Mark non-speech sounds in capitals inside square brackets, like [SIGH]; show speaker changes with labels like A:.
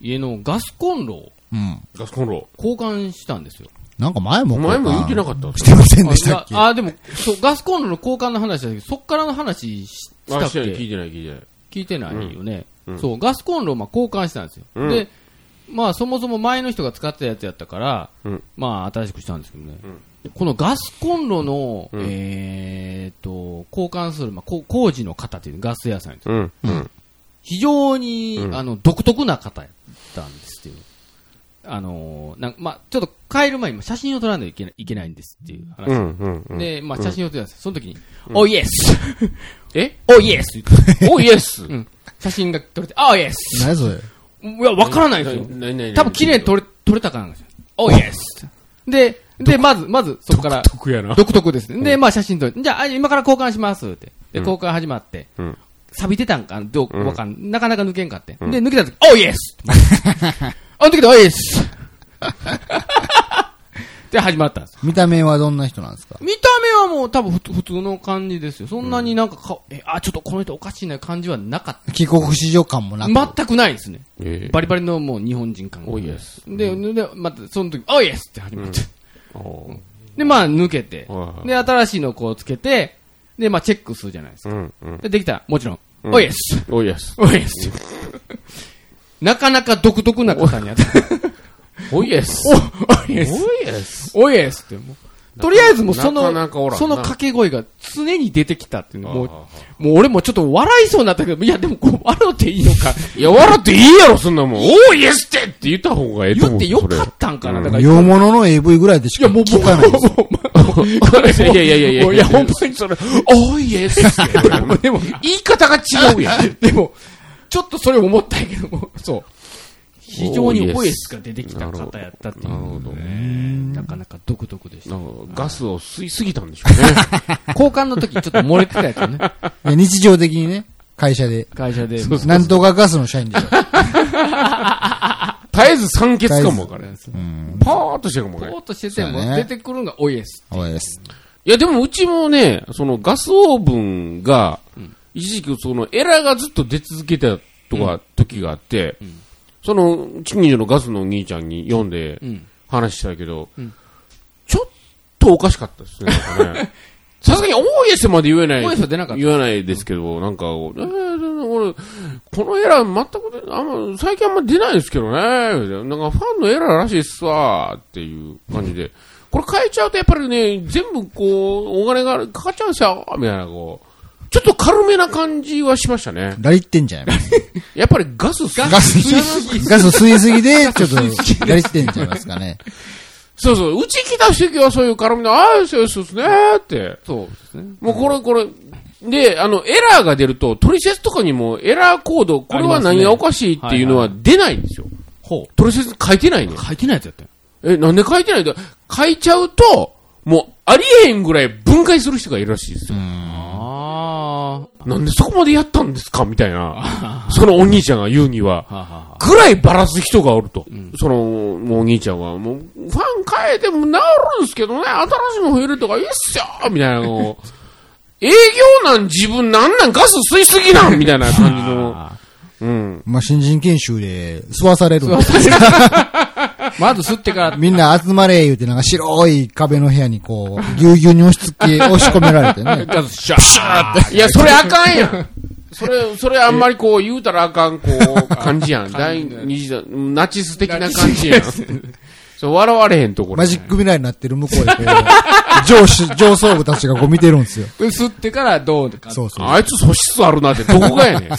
A: 家のガスコンロを
B: うん。
C: ガスコンロ。
A: 交換したんですよ。
B: なんか前も
C: お前も言ってな
B: か
C: かった
B: してませんでしたっけ
A: あ、いやあでもそう、ガスコンロの交換の話だけど、そっからの話しした
C: あ、
A: っ
C: してない、聞
A: け
C: いてない、聞いてない。
A: 聞いてないよね。
C: うん
A: そう、ガスコンロをまあ交換したんですよ。
C: うん
A: で、まあそもそも前の人が使ってたやつやったから、
C: うん
A: まあ新しくしたんですけどね。このガスコンロの、
C: うん
A: えーっと、交換する、まあ、こ工事の方っていうガス屋さんやった
C: うん。うん。
A: 非常に、
C: うん
A: あの、独特な方やったんですっていう。あのーなんか、まあ、ちょっと帰る前に写真を撮らないといけないいけないんですっていう話。
C: うん。うん。うん。
A: で、まあ、写真を撮ってたんですよその時に、おイエス
C: え
A: お
C: [LAUGHS]
A: イエス
C: おイエス
A: うん。写真が撮れて、あイエス
B: 何それ
A: いや、わからないですよ。
C: ななな
A: 多分綺麗に撮れ、撮れたからなんですよ。おイエスで、で、まず、まず、そこから、
C: 得やな。
A: 独特ですね。で、まあ、写真撮れて、じゃあ、あ今から交換しますって。で、
C: うん
A: 交換始まって、
C: うん。
A: 錆びてたんかどう
C: うん
A: わかん、なかなか抜けんかって。
C: うん
A: で、抜けた時、おイエス
C: [LAUGHS]
A: あの時でおイエス
C: [LAUGHS]
A: で、始まったんです。
B: 見た目はどんな人なんですか
A: 見た目はもう多分ふつ普通の感じですよ。そんなになんかか、え、あ、ちょっとこの人おかしいな感じはなかっ
B: 帰国子女感もな
A: た。
B: く。
A: 全くないですね。
C: え
A: バリバリのもう日本人感
C: おイエス
A: で、で、またその時、おイエスって始まって。
C: ーおー
A: で、まあ抜けて
C: は。い
A: で、新しいのこうつけて、で、まあチェックするじゃないです
C: う
A: か。
C: ん。うん。
A: で、できたら、もちろん、
C: うん
A: おイエス
C: おイエス。
A: おイエス。なかなか独特な方にあった。
C: おイエス。
A: お、おイエス。
C: イエス。
A: おイエスってもう。とりあえずもうそ
C: なか
A: の、
C: なかおらんな
A: その掛け声が常に出てきたっていうのも
C: あ、
A: うもう俺もちょっと笑いそうになったけど、いやでもこう、笑っていいのか。
C: いや、笑っていいやろ、そんなもん。おイエスってって言った方がええと
A: 言
C: 思
A: っ
C: う。
A: てよかったんかな、
C: うん
A: だから。
B: 洋物の AV ぐらいで
A: い
B: しか
A: や、もう、
B: 聞かないですよ。
A: もう、もう、
C: そ [LAUGHS] れ。いやいやいやいや。
A: いやほん
C: まにそれ、おイ [LAUGHS] エスって。
A: もうでも、
C: 言い方が違うやん。
A: [LAUGHS] でも、ちょっとそれ思ったんやけども、そう。非常にオイエスが出てきた方やったっていう。
C: なるほど
A: ね。なかなか独特でし
C: な
A: た。
C: んかガスを吸いすぎたんでしょうね。
A: 交換の時ちょっと漏れてたやつね。 [LAUGHS]
B: いや日常的にね、会社で。
A: 会社で。
B: なんとかガスの社員でしょ。
C: 絶えず酸欠かもわからん。
B: うん。
C: パーっとしてるかもわか
A: ポ
C: らん。い
A: ーっとしてて
B: そうや
A: も、
B: ね
A: 出てくるのがオイエス。
B: おいです。
C: や、でもうちもね、そのガスオーブンが、一時期そのエラーがずっと出続けたとか、時があって、その、近所のガスのお兄ちゃんに読んで
A: うん、
C: 話したけど
A: うん、
C: ちょっとおかしかったですねなん
A: [LAUGHS]
C: かね。さすがに、おーイエスまで言えない。
A: オイエスは出なかった
C: 言わないですけど、なんか、えー俺、このエラー全くで、あんま、最近あんま出ないですけどね、なんかファンのエラーらしいっすわ、っていう感じで、これ変えちゃうとやっぱりね、全部こう、お金がかかっちゃうんですよ、みたいな、こう、ちょっと軽めな感じはしましたね。
B: ラリってんじゃん。
C: やっぱりガスっす
B: ガス、ガス吸いすぎで、ちょっと、ラリってんじゃいますかね。
C: そうそう、うち来た時はそういう軽めの、ああ、そうですね、って。
A: そうですね。
C: もうこれ、これ、で、あの、エラーが出ると、トリセツとかにもエラーコード、これは何がおかしいっていうのは出ないんですよ。
A: ほ
C: トリセツ書いてないね
A: う。。書いてないやつやった
C: え、
A: よ。
C: なんで書いてないんだ書いちゃうと、もう、ありえへんぐらい分解する人がいるらしいですよ。
A: あ
C: なんでそこまでやったんですかみたいな。そのお兄ちゃんが言うには
A: あ。。はあはあ。
C: ぐらいばらす人がおると。その、もうお兄ちゃんは、もう、ファン変えても治るんですけどね、新しいの増えるとかいいっすよみたいなのを営業なん自分なんなんガス吸いすぎなんみたいな感じの。うん。
B: まあ、新人研修で、吸わされるんで
A: まず吸って [LAUGHS] から、
B: みんな集まれ言うて、なんか白い壁の部屋にこう、ぎゅうぎゅうに押し付け、押し込められてね。
A: ガスシャーって。
C: [LAUGHS] いや、それあかんやん。 [LAUGHS] それ、それあんまりこう言うたらあかん、こう、 [LAUGHS] 感じやん。第二次だ、ナチス的な感じやん。 [LAUGHS] そう、笑われへんところ。
B: マジック未来になってる向こうでこう、上司、上層部たちがこう見てるんですよ。
A: 吸ってからどうとか。
B: そうそう。
C: あいつ素質あるなって、どこがやねん。